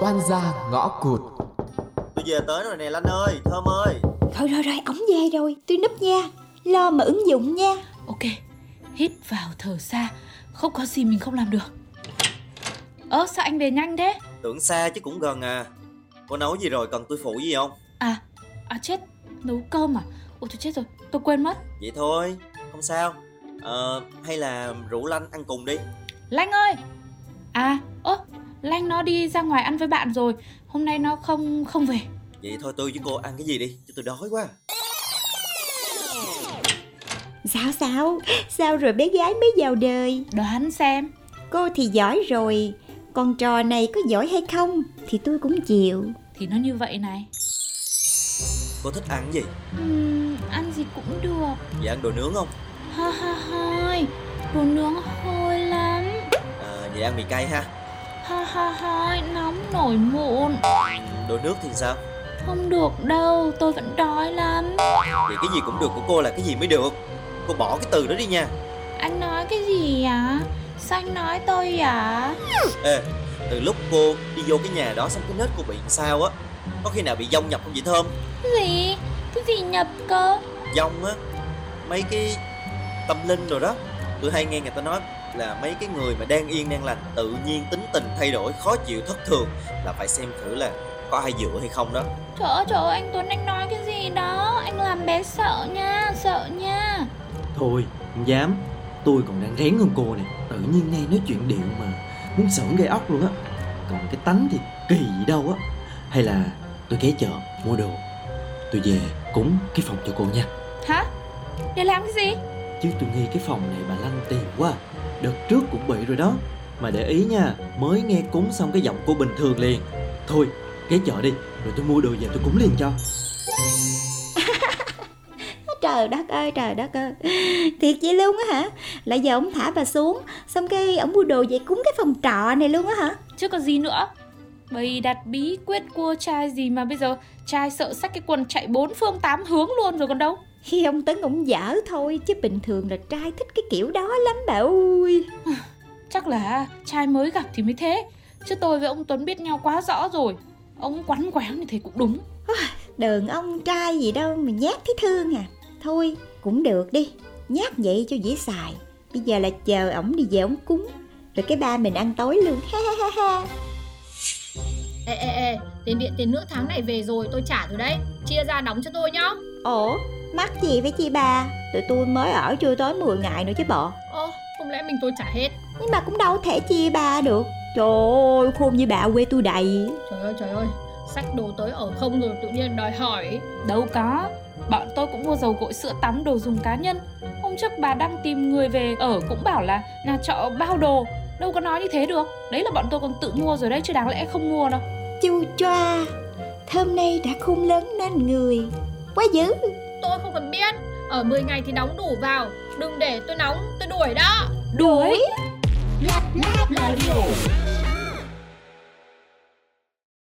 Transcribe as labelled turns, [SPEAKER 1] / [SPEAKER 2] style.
[SPEAKER 1] oan gia ngõ cụt
[SPEAKER 2] Tôi về tới rồi nè Lanh ơi, Thơm ơi
[SPEAKER 3] Thôi rồi rồi, ống dê rồi, tôi núp nha Lo mà ứng dụng nha
[SPEAKER 4] Ok, hít vào thở ra Không có gì mình không làm được Ơ sao anh về nhanh thế
[SPEAKER 2] Tưởng xa chứ cũng gần à Cô nấu gì rồi, cần tôi phụ gì không?
[SPEAKER 4] À, à chết, nấu cơm à Ôi tôi chết rồi, tôi quên mất
[SPEAKER 2] Vậy thôi, không sao Ờ, hay là rủ Lanh ăn cùng đi
[SPEAKER 4] Lanh ơi À, ơ, Lanh nó đi ra ngoài ăn với bạn rồi Hôm nay nó không không về
[SPEAKER 2] Vậy thôi tôi với cô ăn cái gì đi, chứ tôi đói quá
[SPEAKER 3] Sao sao, sao rồi bé gái mới vào đời
[SPEAKER 4] Đoán xem
[SPEAKER 3] Cô thì giỏi rồi, còn trò này có giỏi hay không Thì tôi cũng chịu
[SPEAKER 4] Thì nó như vậy này
[SPEAKER 2] Cô thích ăn gì?
[SPEAKER 4] Ừm, Ăn gì cũng được
[SPEAKER 2] Vậy ăn đồ nướng không?
[SPEAKER 4] Ha ha hai Đồ nướng hôi lắm
[SPEAKER 2] À, vậy ăn mì cay ha
[SPEAKER 4] Ha ha hai Nóng nổi mụn
[SPEAKER 2] Đồ nước thì sao?
[SPEAKER 4] Không được đâu Tôi vẫn đói lắm
[SPEAKER 2] Vậy cái gì cũng được của cô là cái gì mới được Cô bỏ cái từ đó đi nha
[SPEAKER 4] Anh nói cái gì ạ Sao anh nói tôi ạ
[SPEAKER 2] Ê, từ lúc cô đi vô cái nhà đó xong cái nết cô bị sao á Có khi nào bị dông nhập không vậy Thơm?
[SPEAKER 4] Cái gì Cái gì nhập cơ
[SPEAKER 2] dông á mấy cái tâm linh rồi đó tôi hay nghe người ta nói là mấy cái người mà đang yên đang lành tự nhiên tính tình thay đổi khó chịu thất thường là phải xem thử là có ai dựa hay không đó
[SPEAKER 4] Trời ơi trời ơi anh Tuấn anh nói cái gì đó Anh làm bé sợ nha Sợ nha
[SPEAKER 5] Thôi, không dám Tôi còn đang rén hơn cô nè Tự nhiên nay nói chuyện điệu mà Muốn sởn gây ốc luôn á Còn cái tánh thì kỳ gì đâu á Hay là tôi ghé chợ mua đồ Tôi về cúng cái phòng cho cô nha
[SPEAKER 4] Hả Để làm cái gì
[SPEAKER 5] Chứ tôi nghi cái phòng này bà lăn tiền quá Đợt trước cũng bị rồi đó Mà để ý nha Mới nghe cúng xong cái giọng cô bình thường liền Thôi ghé chợ đi Rồi tôi mua đồ về tôi cúng liền cho
[SPEAKER 3] Trời đất ơi, trời đất ơi Thiệt vậy luôn á hả Lại giờ ông thả bà xuống Xong cái ông mua đồ về cúng cái phòng trọ này luôn á hả
[SPEAKER 4] Chứ có gì nữa Bày đặt bí quyết cua trai gì mà bây giờ Trai sợ sách cái quần chạy bốn phương tám hướng luôn rồi còn đâu
[SPEAKER 3] Khi ông Tấn ổng dở thôi Chứ bình thường là trai thích cái kiểu đó lắm bà ơi
[SPEAKER 4] Chắc là trai mới gặp thì mới thế Chứ tôi với ông Tuấn biết nhau quá rõ rồi Ông quắn quán thì thấy cũng đúng
[SPEAKER 3] Đờn ông trai gì đâu mà nhát thấy thương à Thôi cũng được đi Nhát vậy cho dễ xài Bây giờ là chờ ổng đi về ổng cúng Rồi cái ba mình ăn tối luôn ha ha ha ha
[SPEAKER 6] Ê ê ê, tiền điện tiền nước tháng này về rồi tôi trả rồi đấy Chia ra đóng cho tôi nhá
[SPEAKER 3] Ủa mắc gì với chi bà Tụi tôi mới ở chưa tới 10 ngày nữa chứ bộ
[SPEAKER 6] Ơ, không lẽ mình tôi trả hết
[SPEAKER 3] Nhưng mà cũng đâu thể chia ba được Trời ơi khôn như bà quê tôi đầy
[SPEAKER 6] Trời ơi trời ơi, sách đồ tới ở không rồi tự nhiên đòi hỏi
[SPEAKER 4] Đâu có Bọn tôi cũng mua dầu gội sữa tắm đồ dùng cá nhân Hôm trước bà đang tìm người về ở cũng bảo là nhà trọ bao đồ Đâu có nói như thế được Đấy là bọn tôi còn tự mua rồi đấy chứ đáng lẽ không mua đâu
[SPEAKER 3] Chu choa Thơm nay đã khôn lớn nên người Quá dữ
[SPEAKER 6] Tôi không cần biết Ở 10 ngày thì đóng đủ vào Đừng để tôi nóng, tôi đuổi đó
[SPEAKER 4] Đuổi
[SPEAKER 7] lặp láp lời đủ